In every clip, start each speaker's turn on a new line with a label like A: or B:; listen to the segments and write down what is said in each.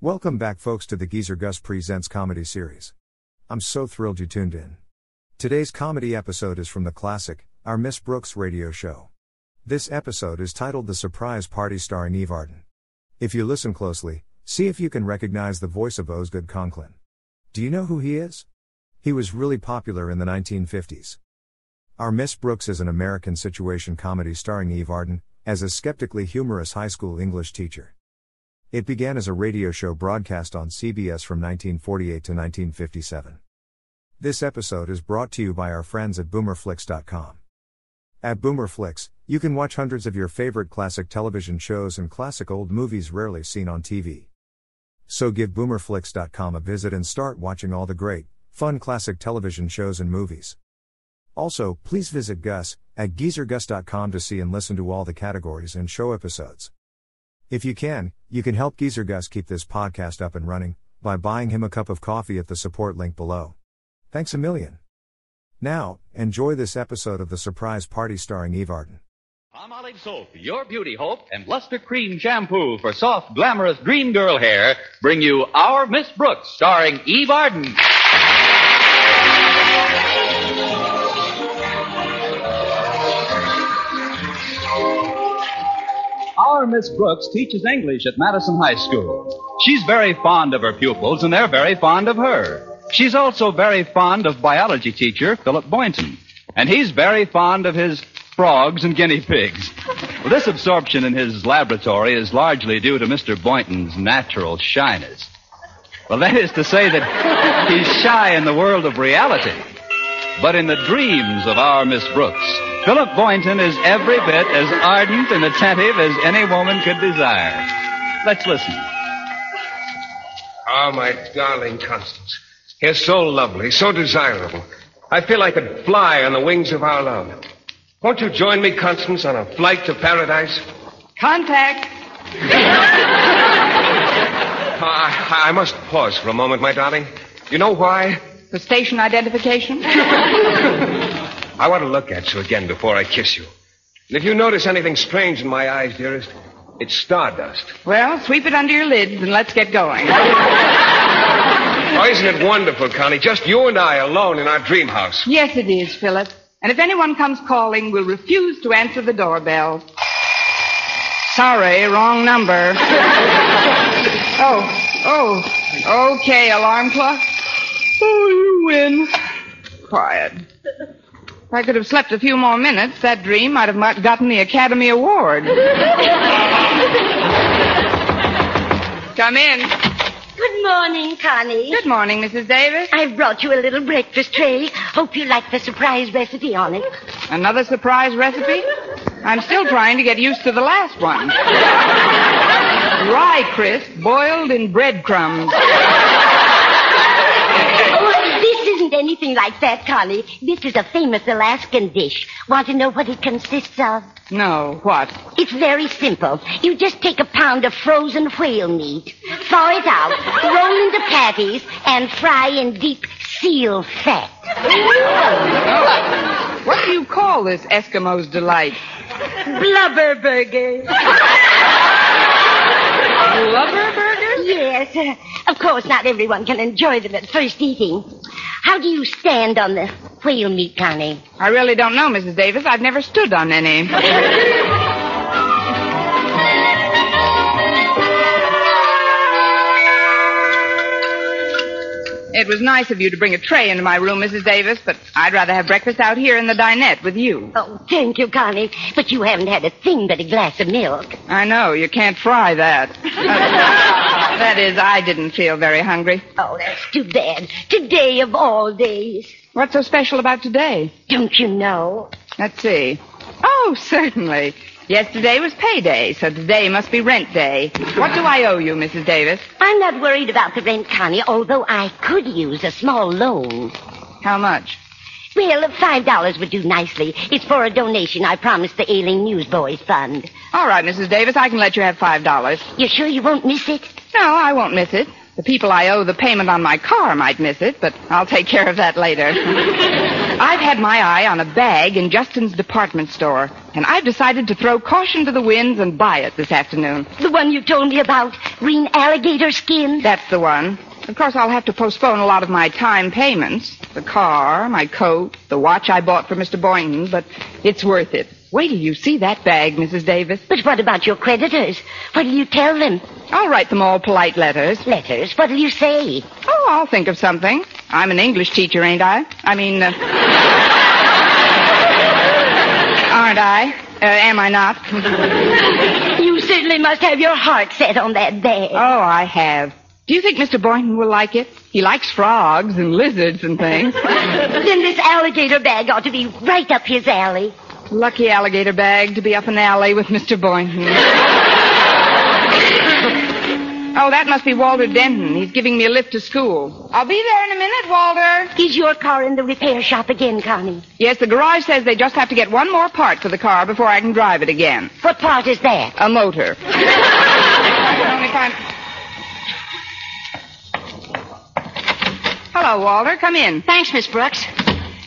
A: Welcome back, folks, to the Geezer Gus Presents Comedy Series. I'm so thrilled you tuned in. Today's comedy episode is from the classic, Our Miss Brooks radio show. This episode is titled The Surprise Party starring Eve Arden. If you listen closely, see if you can recognize the voice of Osgood Conklin. Do you know who he is? He was really popular in the 1950s. Our Miss Brooks is an American situation comedy starring Eve Arden, as a skeptically humorous high school English teacher. It began as a radio show broadcast on CBS from 1948 to 1957. This episode is brought to you by our friends at boomerflix.com. At Boomerflix, you can watch hundreds of your favorite classic television shows and classic old movies rarely seen on TV. So give boomerflix.com a visit and start watching all the great, fun classic television shows and movies. Also, please visit Gus at geezergus.com to see and listen to all the categories and show episodes. If you can, you can help Geezer Gus keep this podcast up and running by buying him a cup of coffee at the support link below. Thanks a million. Now, enjoy this episode of The Surprise Party starring Eve Arden.
B: Palm Olive Soap, your beauty hope, and Luster Cream Shampoo for soft, glamorous green girl hair bring you Our Miss Brooks, starring Eve Arden. Our Miss Brooks teaches English at Madison High School. She's very fond of her pupils, and they're very fond of her. She's also very fond of biology teacher Philip Boynton, and he's very fond of his frogs and guinea pigs. Well, this absorption in his laboratory is largely due to Mr. Boynton's natural shyness. Well, that is to say that he's shy in the world of reality. But in the dreams of our Miss Brooks, Philip Boynton is every bit as ardent and attentive as any woman could desire. Let's listen.
C: Ah, my darling Constance. You're so lovely, so desirable. I feel I could fly on the wings of our love. Won't you join me, Constance, on a flight to paradise?
D: Contact.
C: Ah, I, I must pause for a moment, my darling. You know why?
D: For station identification?
C: I want to look at you again before I kiss you. And if you notice anything strange in my eyes, dearest, it's stardust.
D: well, sweep it under your lids and let's get going.
C: Oh, isn't it wonderful, Connie? Just you and I alone in our dream house.
D: yes, it is, Philip. And if anyone comes calling, we'll refuse to answer the doorbell. Sorry, wrong number. oh, oh, okay, alarm clock. Oh, you win. Quiet. If I could have slept a few more minutes, that dream might have not gotten the Academy Award. Come in.
E: Good morning, Connie.
D: Good morning, Mrs. Davis.
E: I've brought you a little breakfast tray. Hope you like the surprise recipe on it.
D: Another surprise recipe? I'm still trying to get used to the last one. Rye crisp boiled in breadcrumbs.
E: Oh, this isn't anything like that, Connie. This is a famous Alaskan dish. Want to know what it consists of?
D: No, what?
E: It's very simple. You just take a pound of frozen whale meat, thaw it out, roll into patties, and fry in deep seal fat.
D: What do you call this Eskimo's delight?
E: Blubber burger.
D: Blubber burger?
E: Yes, uh, of course, not everyone can enjoy them at first eating. How do you stand on the whale meat, Connie?
D: I really don't know, Mrs. Davis. I've never stood on any. It was nice of you to bring a tray into my room, Mrs. Davis, but I'd rather have breakfast out here in the dinette with you.
E: Oh, thank you, Connie. But you haven't had a thing but a glass of milk.
D: I know, you can't fry that. Uh, that is, I didn't feel very hungry.
E: Oh, that's too bad. Today of all days.
D: What's so special about today?
E: Don't you know?
D: Let's see. Oh, certainly. Yesterday was payday, so today must be rent day. What do I owe you, Mrs. Davis?
E: I'm not worried about the rent, Connie, although I could use a small loan.
D: How much?
E: Well, five dollars would do nicely. It's for a donation I promised the Ailing Newsboys Fund.
D: All right, Mrs. Davis, I can let you have five dollars.
E: You sure you won't miss it?
D: No, I won't miss it. The people I owe the payment on my car might miss it, but I'll take care of that later. I've had my eye on a bag in Justin's department store, and I've decided to throw caution to the winds and buy it this afternoon.
E: The one you told me about, green alligator skin.
D: That's the one. Of course, I'll have to postpone a lot of my time payments the car, my coat, the watch I bought for Mr. Boynton, but it's worth it. Wait till you see that bag, Mrs. Davis.
E: But what about your creditors? What'll you tell them?
D: I'll write them all polite letters.
E: Letters? What'll you say?
D: Oh, I'll think of something. I'm an English teacher, ain't I? I mean, uh, aren't I? Uh, am I not?
E: You certainly must have your heart set on that bag.
D: Oh, I have. Do you think Mr. Boynton will like it? He likes frogs and lizards and things.
E: Then this alligator bag ought to be right up his alley.
D: Lucky alligator bag to be up an alley with Mr. Boynton. oh, that must be Walter Denton. He's giving me a lift to school. I'll be there in a minute, Walter.
E: Is your car in the repair shop again, Connie?
D: Yes, the garage says they just have to get one more part for the car before I can drive it again.
E: What part is that?
D: A motor. I can only find. Hello, Walter. Come in.
F: Thanks, Miss Brooks.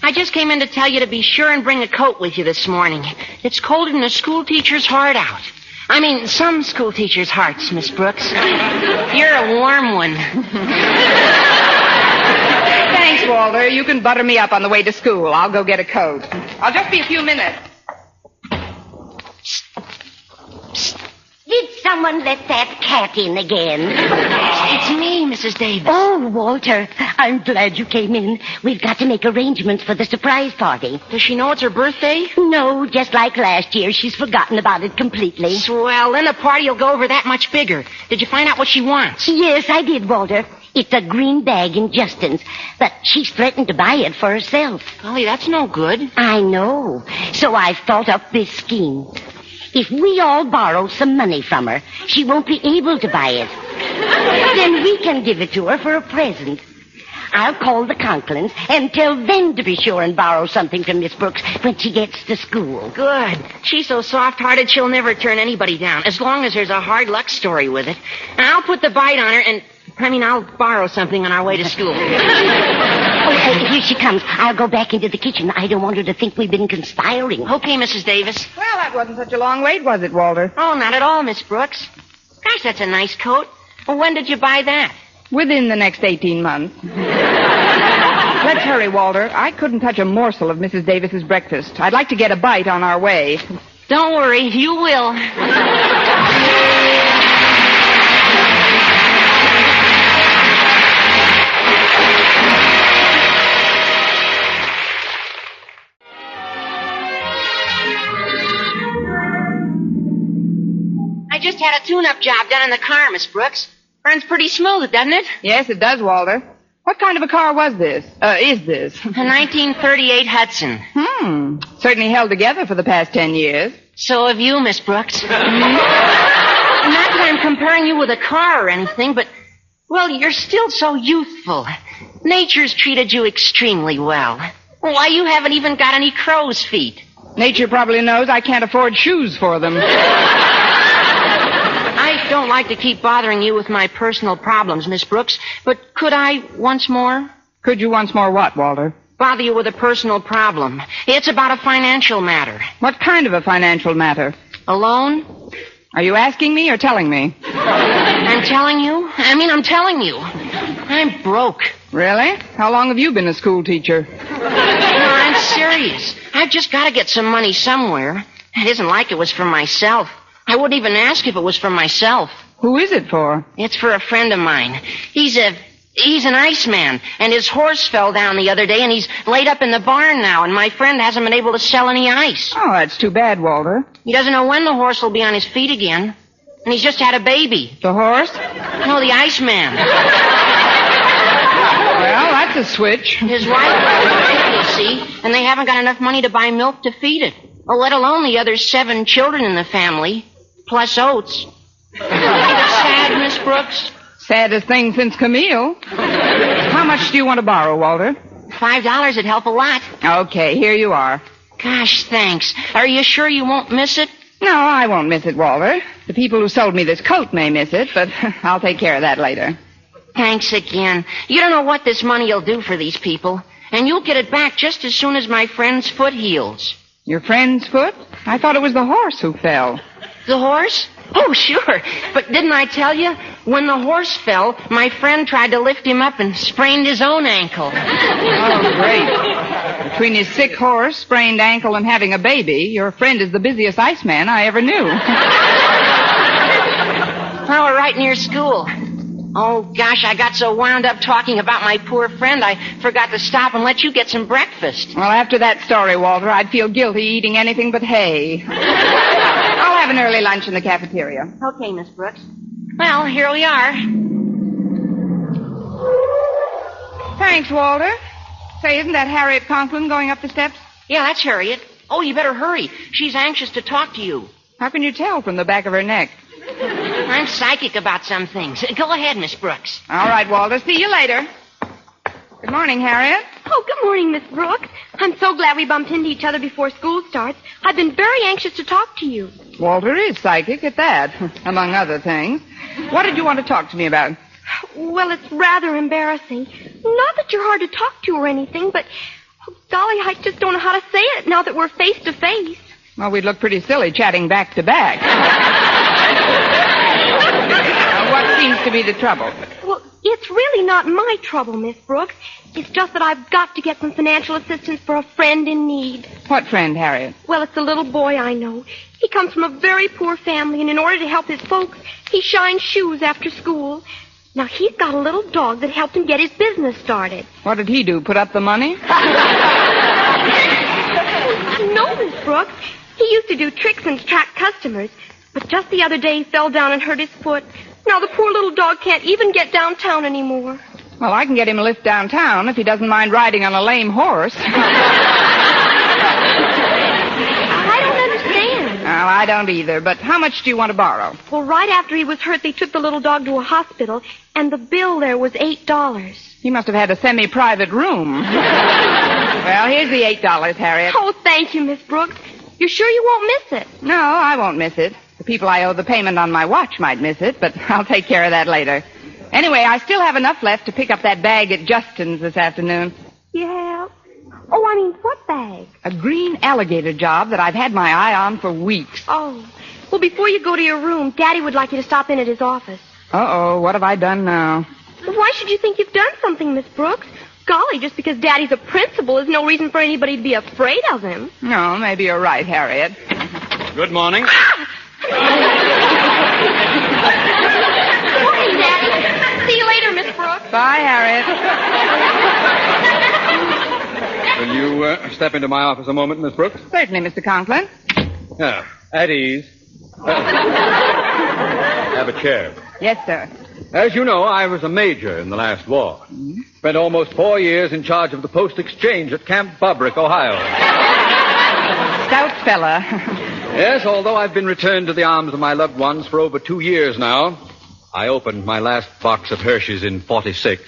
F: I just came in to tell you to be sure and bring a coat with you this morning. It's colder than a school teacher's heart out. I mean, some school teachers' hearts, Miss Brooks. You're a warm one.
D: Thanks, Walter. You can butter me up on the way to school. I'll go get a coat. I'll just be a few minutes.
E: Did someone let that cat in again?
F: It's me, Mrs. Davis.
E: Oh, Walter, I'm glad you came in. We've got to make arrangements for the surprise party.
F: Does she know it's her birthday?
E: No, just like last year, she's forgotten about it completely.
F: Swell, then the party'll go over that much bigger. Did you find out what she wants?
E: Yes, I did, Walter. It's a green bag in Justin's, but she's threatened to buy it for herself.
F: Golly, that's no good.
E: I know. So I've thought up this scheme. If we all borrow some money from her, she won't be able to buy it. then we can give it to her for a present. I'll call the Conklins and tell them to be sure and borrow something from Miss Brooks when she gets to school.
F: Good. She's so soft-hearted she'll never turn anybody down, as long as there's a hard luck story with it. And I'll put the bite on her and, I mean, I'll borrow something on our way to school.
E: Oh, uh, here she comes. I'll go back into the kitchen. I don't want her to think we've been conspiring.
F: okay, Mrs. Davis.
D: Well, that wasn't such a long wait, was it, Walter?
F: Oh, not at all, Miss Brooks. Gosh, that's a nice coat. Well, when did you buy that?
D: Within the next 18 months. Let's hurry, Walter. I couldn't touch a morsel of Mrs. Davis's breakfast. I'd like to get a bite on our way.
F: Don't worry, you will. I just had a tune-up job done in the car, Miss Brooks. Runs pretty smooth, doesn't it?
D: Yes, it does, Walter. What kind of a car was this? Uh, is this?
F: A 1938 Hudson.
D: Hmm. Certainly held together for the past 10 years.
F: So have you, Miss Brooks. Not that I'm comparing you with a car or anything, but, well, you're still so youthful. Nature's treated you extremely well. Why, you haven't even got any crow's feet.
D: Nature probably knows I can't afford shoes for them.
F: I don't like to keep bothering you with my personal problems, Miss Brooks, but could I once more
D: Could you once more what, Walter?
F: bother you with a personal problem? It's about a financial matter.
D: What kind of a financial matter?
F: A loan?
D: Are you asking me or telling me?
F: I'm telling you. I mean, I'm telling you. I'm broke.
D: Really? How long have you been a school teacher?
F: No, I'm serious. I've just got to get some money somewhere. It isn't like it was for myself. I wouldn't even ask if it was for myself.
D: Who is it for?
F: It's for a friend of mine. He's a he's an iceman, and his horse fell down the other day, and he's laid up in the barn now, and my friend hasn't been able to sell any ice.
D: Oh, that's too bad, Walter.
F: He doesn't know when the horse will be on his feet again. And he's just had a baby.
D: The horse?
F: No, the Iceman.
D: Well, that's a switch.
F: His wife, you see, and they haven't got enough money to buy milk to feed it. Oh, let alone the other seven children in the family, plus oats. Sad, Miss Brooks.
D: Saddest thing since Camille. How much do you want to borrow, Walter?
F: Five dollars would help a lot.
D: Okay, here you are.
F: Gosh, thanks. Are you sure you won't miss it?
D: No, I won't miss it, Walter. The people who sold me this coat may miss it, but I'll take care of that later.
F: Thanks again. You don't know what this money will do for these people. And you'll get it back just as soon as my friend's foot heals.
D: Your friend's foot? I thought it was the horse who fell.
F: The horse? Oh, sure. But didn't I tell you? When the horse fell, my friend tried to lift him up and sprained his own ankle.
D: Oh, great. Between his sick horse, sprained ankle, and having a baby, your friend is the busiest iceman I ever knew.
F: Well, we're right near school. Oh, gosh, I got so wound up talking about my poor friend, I forgot to stop and let you get some breakfast.
D: well, after that story, Walter, I'd feel guilty eating anything but hay. I'll have an early lunch in the cafeteria.
F: Okay, Miss Brooks. Well, here we are.
D: Thanks, Walter. Say, isn't that Harriet Conklin going up the steps?
F: Yeah, that's Harriet. Oh, you better hurry. She's anxious to talk to you.
D: How can you tell from the back of her neck?
F: I'm psychic about some things. Go ahead, Miss Brooks.
D: All right, Walter. See you later. Good morning, Harriet.
G: Oh, good morning, Miss Brooks. I'm so glad we bumped into each other before school starts. I've been very anxious to talk to you.
D: Walter is psychic at that, among other things. What did you want to talk to me about?
G: Well, it's rather embarrassing. Not that you're hard to talk to or anything, but oh, golly, I just don't know how to say it now that we're face to face.
D: Well, we'd look pretty silly chatting back to back. Now, what seems to be the trouble?
G: Well, it's really not my trouble, Miss Brooks. It's just that I've got to get some financial assistance for a friend in need.
D: What friend, Harriet?
G: Well, it's a little boy I know. He comes from a very poor family, and in order to help his folks, he shines shoes after school. Now, he's got a little dog that helped him get his business started.
D: What did he do? Put up the money?
G: No, Miss Brooks. He used to do tricks and attract customers, but just the other day he fell down and hurt his foot. Now the poor little dog can't even get downtown anymore.
D: Well, I can get him a lift downtown if he doesn't mind riding on a lame horse. well,
G: I don't understand.
D: I don't either, but how much do you want to borrow?
G: Well, right after he was hurt, they took the little dog to a hospital, and the bill there was eight dollars.
D: He must have had a semi-private room. well, here's the eight dollars, Harriet.
G: Oh, thank you, Miss Brooks. You're sure you won't miss it?
D: No, I won't miss it. The people I owe the payment on my watch might miss it, but I'll take care of that later. Anyway, I still have enough left to pick up that bag at Justin's this afternoon.
G: Yeah. Oh, I mean, what bag?
D: A green alligator job that I've had my eye on for weeks.
G: Oh. Well, before you go to your room, Daddy would like you to stop in at his office.
D: Uh-oh, what have I done now?
G: Why should you think you've done something, Miss Brooks? Golly, just because Daddy's a principal is no reason for anybody to be afraid of him.
D: No, maybe you're right, Harriet.
H: Good morning.
G: Morning, Daddy. See you later, Miss Brooks.
D: Bye, Harriet.
H: Will you uh, step into my office a moment, Miss Brooks?
D: Certainly, Mr. Conklin.
H: Yeah, at ease. Uh, have a chair.
D: Yes, sir.
H: As you know, I was a major in the last war. Spent almost four years in charge of the post exchange at Camp Bobrick, Ohio.
D: Stout fella.
H: Yes, although I've been returned to the arms of my loved ones for over two years now, I opened my last box of Hershey's in 46.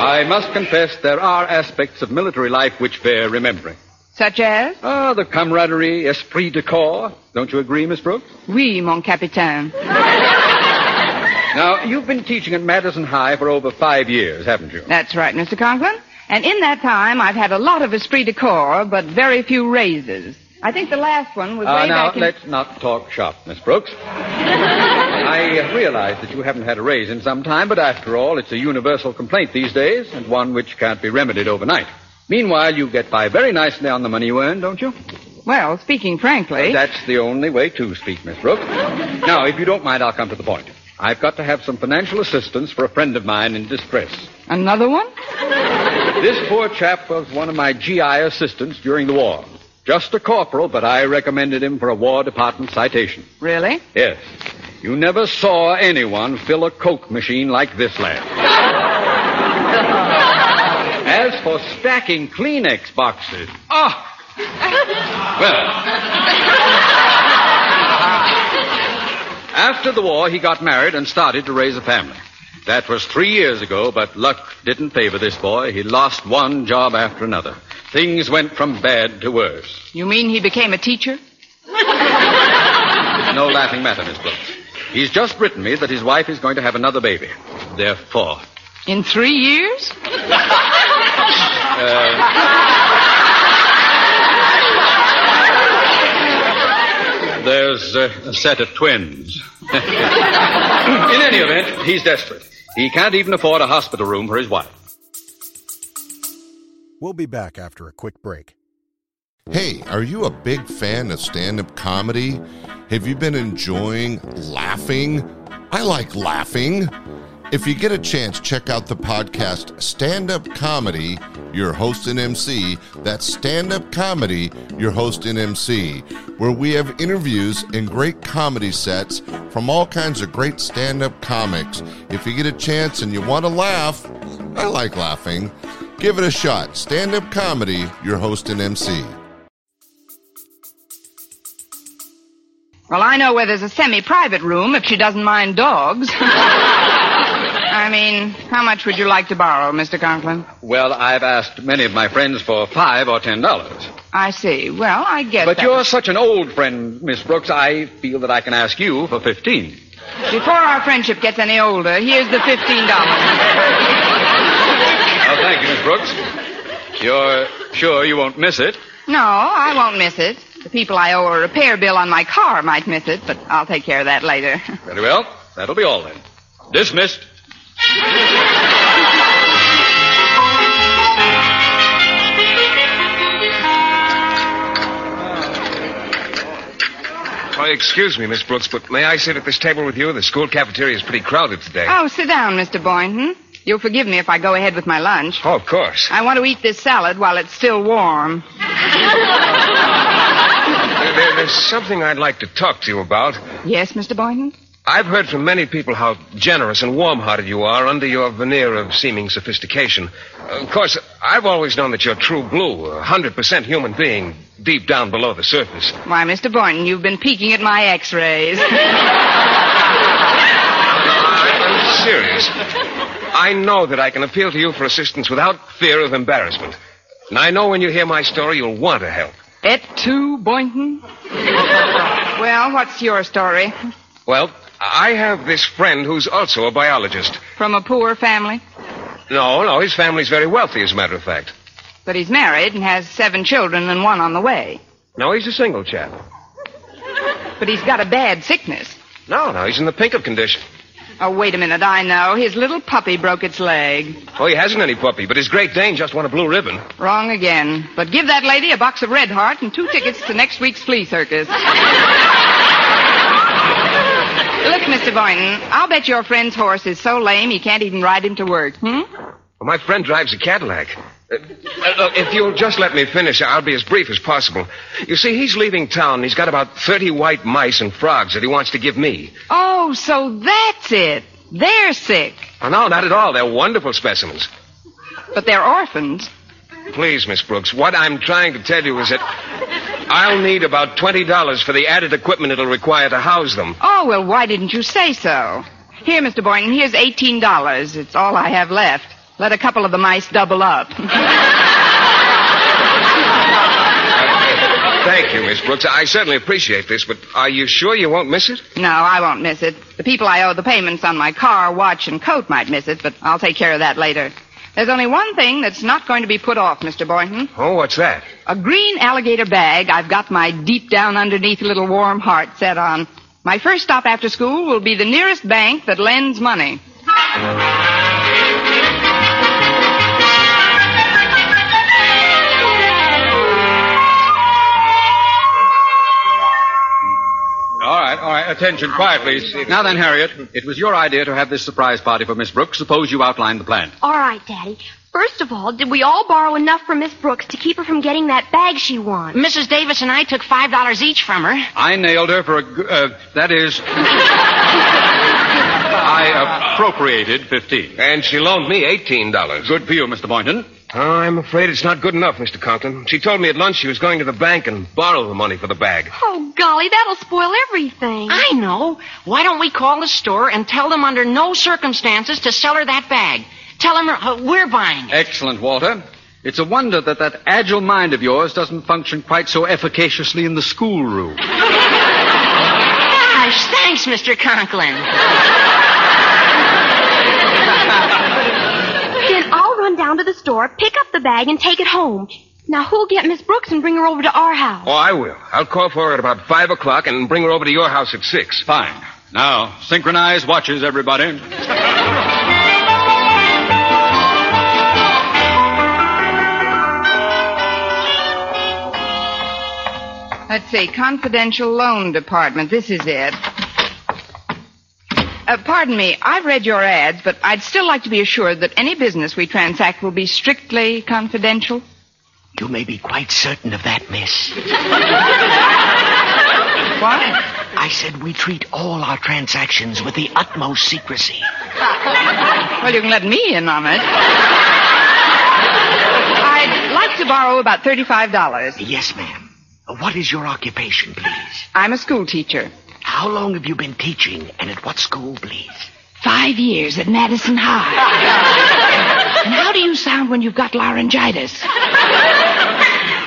H: I must confess there are aspects of military life which bear remembering.
D: Such as?
H: Ah, the camaraderie, esprit de corps. Don't you agree, Miss Brooks?
D: Oui, mon capitaine.
H: Now, you've been teaching at Madison High for over five years, haven't you?
D: That's right, Mr. Conklin. And in that time, I've had a lot of esprit de corps, but very few raises. I think the last one was
H: Ah,
D: way
H: now,
D: back in...
H: let's not talk shop, Miss Brooks. I uh, realize that you haven't had a raise in some time, but after all, it's a universal complaint these days, and one which can't be remedied overnight. Meanwhile, you get by very nicely on the money you earn, don't you?
D: Well, speaking frankly,
H: That's the only way to speak, Miss Brooks. Now, if you don't mind, I'll come to the point. I've got to have some financial assistance for a friend of mine in distress.
D: another one?
H: This poor chap was one of my GI assistants during the war. Just a corporal, but I recommended him for a War Department citation.
D: Really?
H: Yes. You never saw anyone fill a Coke machine like this lad. As for stacking Kleenex boxes, ah! Well. After the war, he got married and started to raise a family. That was three years ago, but luck didn't favor this boy. He lost one job after another. Things went from bad to worse.
D: You mean he became a teacher?
H: No laughing matter, Miss Brooks. He's just written me that his wife is going to have another baby. They're four.
D: In three years?
H: There's uh, a set of twins. In any event, he's desperate. He can't even afford a hospital room for his wife.
I: We'll be back after a quick break.
J: Hey, are you a big fan of stand up comedy? Have you been enjoying laughing? I like laughing. If you get a chance, check out the podcast Stand Up Comedy, your host and MC. That's Stand Up Comedy, your host and MC, where we have interviews and great comedy sets from all kinds of great stand up comics. If you get a chance and you want to laugh, I like laughing. Give it a shot. Stand Up Comedy, your host and MC.
D: Well, I know where there's a semi-private room if she doesn't mind dogs. I mean, how much would you like to borrow, Mr. Conklin?
H: Well, I've asked many of my friends for five or ten dollars.
D: I see. Well, I guess.
H: But
D: that
H: you're such an old friend, Miss Brooks, I feel that I can ask you for fifteen.
D: Before our friendship gets any older, here's the fifteen dollars.
H: Oh, thank you, Miss Brooks. You're sure you won't miss it?
D: no, I won't miss it. The people I owe a repair bill on my car might miss it, but I'll take care of that later.
H: Very well. That'll be all then. Dismissed.
C: Oh, excuse me, Miss Brooks, but may I sit at this table with you? The school cafeteria is pretty crowded today.
D: Oh, sit down, Mr. Boynton. You'll forgive me if I go ahead with my lunch.
C: Oh, of course.
D: I want to eat this salad while it's still warm.
C: There- there- there's something I'd like to talk to you about.
D: Yes, Mr. Boynton?
C: I've heard from many people how generous and warm hearted you are under your veneer of seeming sophistication. Of course, I've always known that you're true blue, a 100% human being, deep down below the surface.
D: Why, Mr. Boynton, you've been peeking at my x-rays.
C: I'm serious. I know that I can appeal to you for assistance without fear of embarrassment. And I know when you hear my story, you'll want to help.
D: Et tu, Boynton? well, what's your story?
C: Well, I have this friend who's also a biologist.
D: From a poor family?
C: No, no, his family's very wealthy, as a matter of fact.
D: But he's married and has seven children and one on the way.
C: No, he's a single chap.
D: But he's got a bad sickness.
C: No, no, he's in the pink of condition.
D: Oh, wait a minute, I know. His little puppy broke its leg.
C: Oh, he hasn't any puppy, but his Great Dane just won a blue ribbon.
D: Wrong again. But give that lady a box of Red Heart and two tickets to next week's flea circus. Look, Mr. Boynton, I'll bet your friend's horse is so lame he can't even ride him to work. Hmm?
C: Well, my friend drives a Cadillac. Uh, uh, look, if you'll just let me finish, I'll be as brief as possible. You see, he's leaving town. and He's got about 30 white mice and frogs that he wants to give me.
D: Oh, so that's it. They're sick,
C: Oh, no, not at all. They're wonderful specimens.
D: but they're orphans.
C: Please, Miss Brooks, what I'm trying to tell you is that I'll need about $20 for the added equipment it'll require to house them.
D: Oh, well, why didn't you say so? Here, Mr. Boynton, here's $18. It's all I have left. Let a couple of the mice double up.
C: Thank you, Miss Brooks. I certainly appreciate this, but are you sure you won't miss it?
D: no, I won't miss it. The people I owe the payments on my car, watch, and coat might miss it, but I'll take care of that later. There's only one thing that's not going to be put off, Mr. Boynton.
C: Oh, what's that?
D: A green alligator bag I've got my deep down underneath little warm heart set on. My first stop after school will be the nearest bank that lends money.
H: All right, all right. Attention, quiet, please. Now then, Harriet, it was your idea to have this surprise party for Miss Brooks. Suppose you outlined the plan.
G: All right, Daddy. First of all, did we all borrow enough from Miss Brooks to keep her from getting that bag she wants?
F: Mrs. Davis and I took five dollars each from her.
H: I nailed her for a. g- Uh, that is. I appropriated 15.
C: And she loaned me $18.
H: Good for you, Mr. Boynton.
C: Oh, I'm afraid it's not good enough, Mr. Conklin. She told me at lunch she was going to the bank and borrow the money for the bag.
G: Oh, golly, that'll spoil everything.
F: I know. Why don't we call the store and tell them under no circumstances to sell her that bag? Tell them uh, we're buying it.
H: Excellent, Walter. It's a wonder that that agile mind of yours doesn't function quite so efficaciously in the schoolroom.
F: Gosh, thanks, Mr. Conklin.
G: down to the store, pick up the bag, and take it home. Now, who'll get Miss Brooks and bring her over to our house?
C: Oh, I will. I'll call for her at about five o'clock and bring her over to your house at six.
H: Fine. Now, synchronize watches, everybody.
D: Let's see, confidential loan department. This is it. Uh, pardon me, I've read your ads, but I'd still like to be assured that any business we transact will be strictly confidential.
K: You may be quite certain of that, miss.
D: Why?
K: I said we treat all our transactions with the utmost secrecy.
D: Well, you can let me in on it. I'd like to borrow about $35.
K: Yes, ma'am. What is your occupation, please?
D: I'm a school teacher.
K: How long have you been teaching and at what school, please?
L: Five years at Madison High. and how do you sound when you've got laryngitis?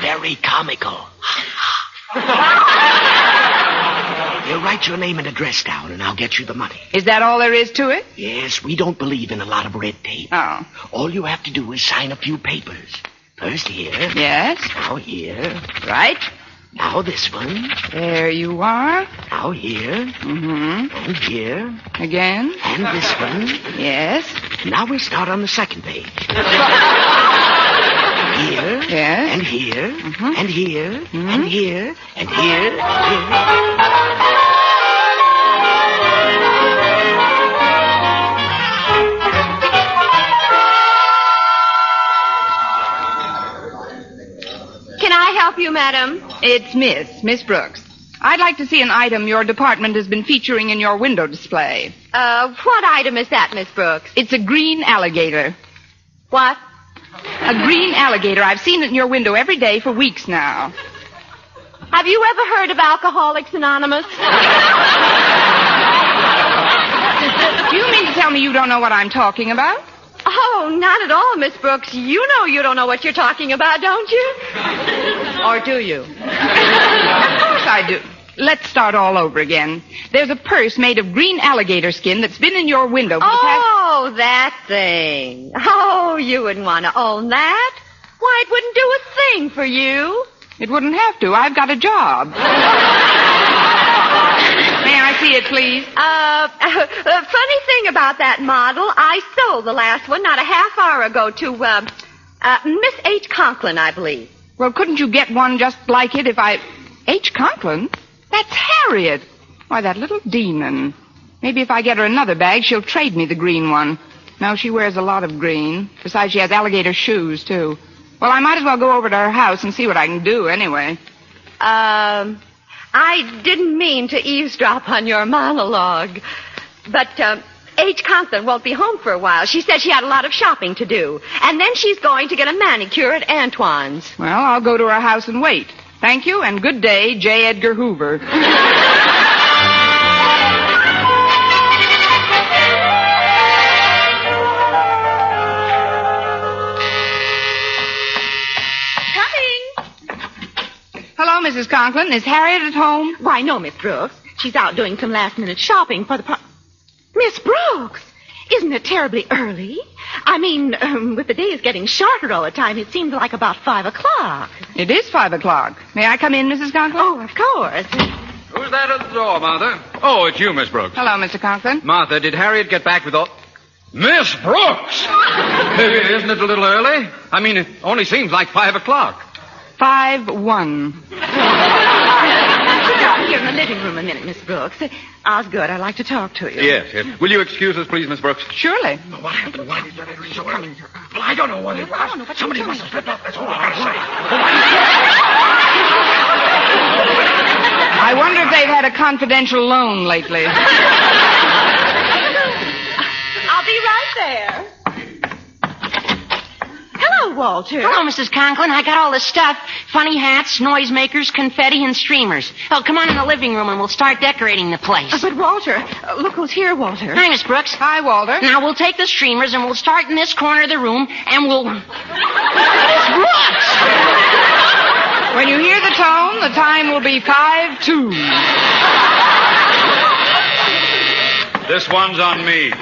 K: Very comical. you write your name and address down, and I'll get you the money.
D: Is that all there is to it?
K: Yes, we don't believe in a lot of red tape.
D: Oh.
K: All you have to do is sign a few papers. First here.
D: Yes?
K: Now here.
D: Right?
K: Now this one.
D: There you are.
K: Now here.
D: Mm-hmm.
K: And here.
D: Again?
K: And this one.
D: Yes?
K: Now we start on the second page. Here.
D: Yes? Mm-hmm.
K: And here. And here. And here. And here. and here.
G: Can I help you, madam?
D: It's Miss, Miss Brooks. I'd like to see an item your department has been featuring in your window display.
G: Uh, what item is that, Miss Brooks?
D: It's a green alligator.
G: What?
D: A green alligator. I've seen it in your window every day for weeks now.
G: Have you ever heard of Alcoholics Anonymous?
D: Do you mean to tell me you don't know what I'm talking about?
G: Oh, not at all, Miss Brooks. You know you don't know what you're talking about, don't you?
D: Or do you? of course I do. Let's start all over again. There's a purse made of green alligator skin that's been in your window for the past...
G: Oh, that thing. Oh, you wouldn't want to own that. Why, it wouldn't do a thing for you.
D: It wouldn't have to. I've got a job. May
G: Oh.
D: I see it, please?
G: Uh, uh, funny thing about that model, I sold the last one not a half hour ago to, uh, uh, Miss H. Conklin, I believe.
D: Well, couldn't you get one just like it if I. H. Conklin? That's Harriet. Why, that little demon. Maybe if I get her another bag, she'll trade me the green one. No, she wears a lot of green. Besides, she has alligator shoes, too. Well, I might as well go over to her house and see what I can do, anyway.
G: Um, I didn't mean to eavesdrop on your monologue, but um, H. Conklin won't be home for a while. She said she had a lot of shopping to do, and then she's going to get a manicure at Antoine's.
D: Well, I'll go to her house and wait. Thank you, and good day, J. Edgar Hoover.
G: Coming?
D: Hello, Mrs. Conklin. Is Harriet at home?
G: Why, no, Miss Brooks. She's out doing some last-minute shopping for the par- Miss Brooks, isn't it terribly early? I mean, um, with the days getting shorter all the time, it seems like about five o'clock.
D: It is five o'clock. May I come in, Mrs. Conklin?
G: Oh, of course.
H: Who's that at the door, Martha? Oh, it's you, Miss Brooks.
D: Hello, Mr. Conklin.
H: Martha, did Harriet get back with all. Miss Brooks! Hey, Isn't it a little early? I mean, it only seems like five o'clock.
D: Five one.
G: Sit down here in the living room a minute, Miss Brooks. Osgood, I'd like to talk to you.
H: Yes, yes. Will you excuse us, please, Miss Brooks?
D: Surely.
K: What happened? Why did that resort? Well, I don't know what it was. Somebody must have slipped up. That's all I gotta say.
D: I wonder if they've had a confidential loan lately.
G: I'll be right there. Hello, Walter.
F: Hello, Mrs. Conklin. I got all the stuff. Funny hats, noisemakers, confetti, and streamers. Oh, come on in the living room and we'll start decorating the place.
G: Uh, But, Walter, uh, look who's here, Walter.
F: Hi, Miss Brooks.
D: Hi, Walter.
F: Now we'll take the streamers and we'll start in this corner of the room and we'll. Miss Brooks!
D: When you hear the tone, the time will be five two.
H: This one's on me.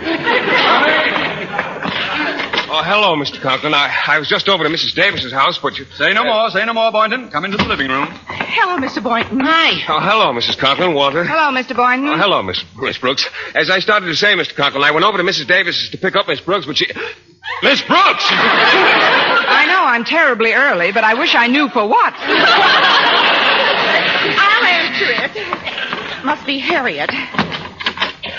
C: Oh, hello, Mr. Conklin. I, I was just over to Mrs. Davis's house, but you. Uh,
H: Say no more, say no more, Boynton. Come into the living room.
D: Hello, Mr. Boynton. Hi.
C: Oh, hello, Mrs. Conklin. Walter.
D: Hello, Mr. Boynton.
C: Oh, hello, Miss, Miss Brooks. As I started to say, Mr. Conklin, I went over to Mrs. Davis's to pick up Miss Brooks, but she. Miss Brooks!
D: I know I'm terribly early, but I wish I knew for what.
G: I'll answer it. Must be Harriet.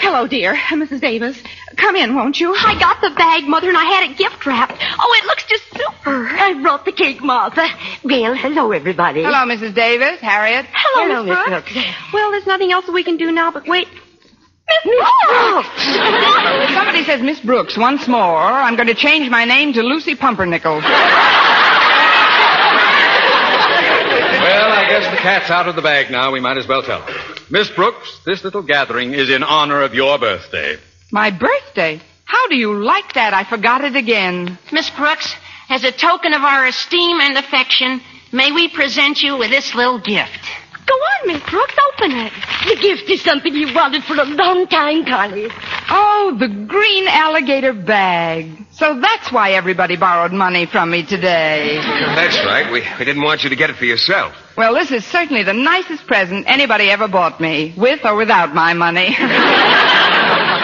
G: Hello, dear. Mrs. Davis. Come in, won't you?
M: I got the bag, Mother, and I had it gift wrapped. Oh, it looks just super.
E: I brought the cake, Martha. Well, hello, everybody.
D: Hello, Mrs. Davis, Harriet.
M: Hello,
E: Hello,
M: Miss
E: Miss
M: Brooks.
E: Brooks.
M: Well, there's nothing else that we can do now but wait. Miss
D: If somebody says Miss Brooks once more, I'm going to change my name to Lucy Pumpernickel.
H: Well, I guess the cat's out of the bag now. We might as well tell her. Miss Brooks, this little gathering is in honor of your birthday.
D: My birthday. How do you like that? I forgot it again.
F: Miss Brooks, as a token of our esteem and affection, may we present you with this little gift.
M: Go on, Miss Brooks, open it.
E: The gift is something you wanted for a long time, Connie.
D: Oh, the green alligator bag. So that's why everybody borrowed money from me today.
C: That's right. We, we didn't want you to get it for yourself.
D: Well, this is certainly the nicest present anybody ever bought me, with or without my money.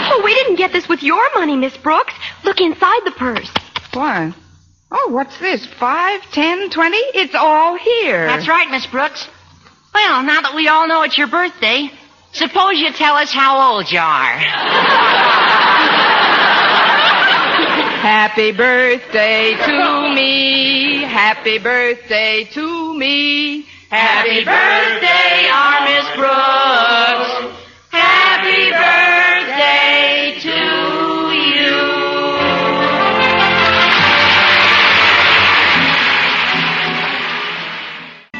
M: Oh, we didn't get this with your money, Miss Brooks. Look inside the purse.
D: Why? Oh, what's this? Five, ten, twenty? It's all here.
F: That's right, Miss Brooks. Well, now that we all know it's your birthday, suppose you tell us how old you are.
D: Happy birthday to me. Happy birthday to me. Happy birthday, our Miss Brooks. Happy birthday to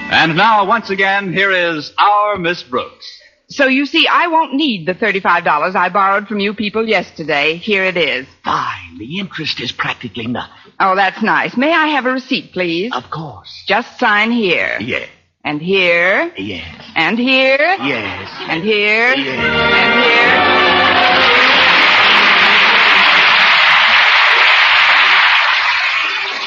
H: And now, once again, here is our Miss Brooks.
D: So you see, I won't need the $35 I borrowed from you people yesterday. Here it is.
N: Fine. The interest is practically nothing.
D: Oh, that's nice. May I have a receipt, please? Of
N: course.
D: Just sign here.
N: Yeah.
D: And here.
N: Yes.
D: And here.
N: Yes.
D: And here.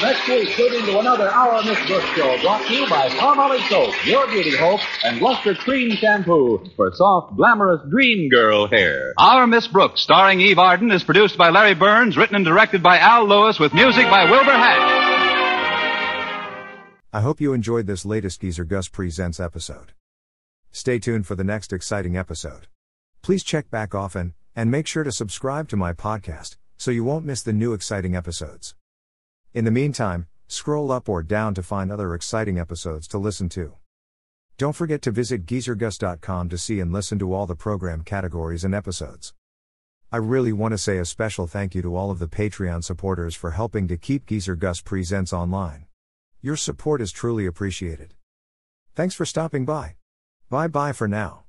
B: Next week, tune into another Hour Miss Brooks show brought to you by Palmolive Soap, your beauty hope, and Luster Cream Shampoo
H: for soft, glamorous dream girl hair. Our Miss Brooks, starring Eve Arden, is produced by Larry Burns, written and directed by Al Lewis, with music by Wilbur Hatch.
A: I hope you enjoyed this latest Geezer Gus Presents episode. Stay tuned for the next exciting episode. Please check back often, and make sure to subscribe to my podcast so you won't miss the new exciting episodes. In the meantime, scroll up or down to find other exciting episodes to listen to. Don't forget to visit geezergus.com to see and listen to all the program categories and episodes. I really want to say a special thank you to all of the Patreon supporters for helping to keep Geezer Gus Presents online. Your support is truly appreciated. Thanks for stopping by. Bye bye for now.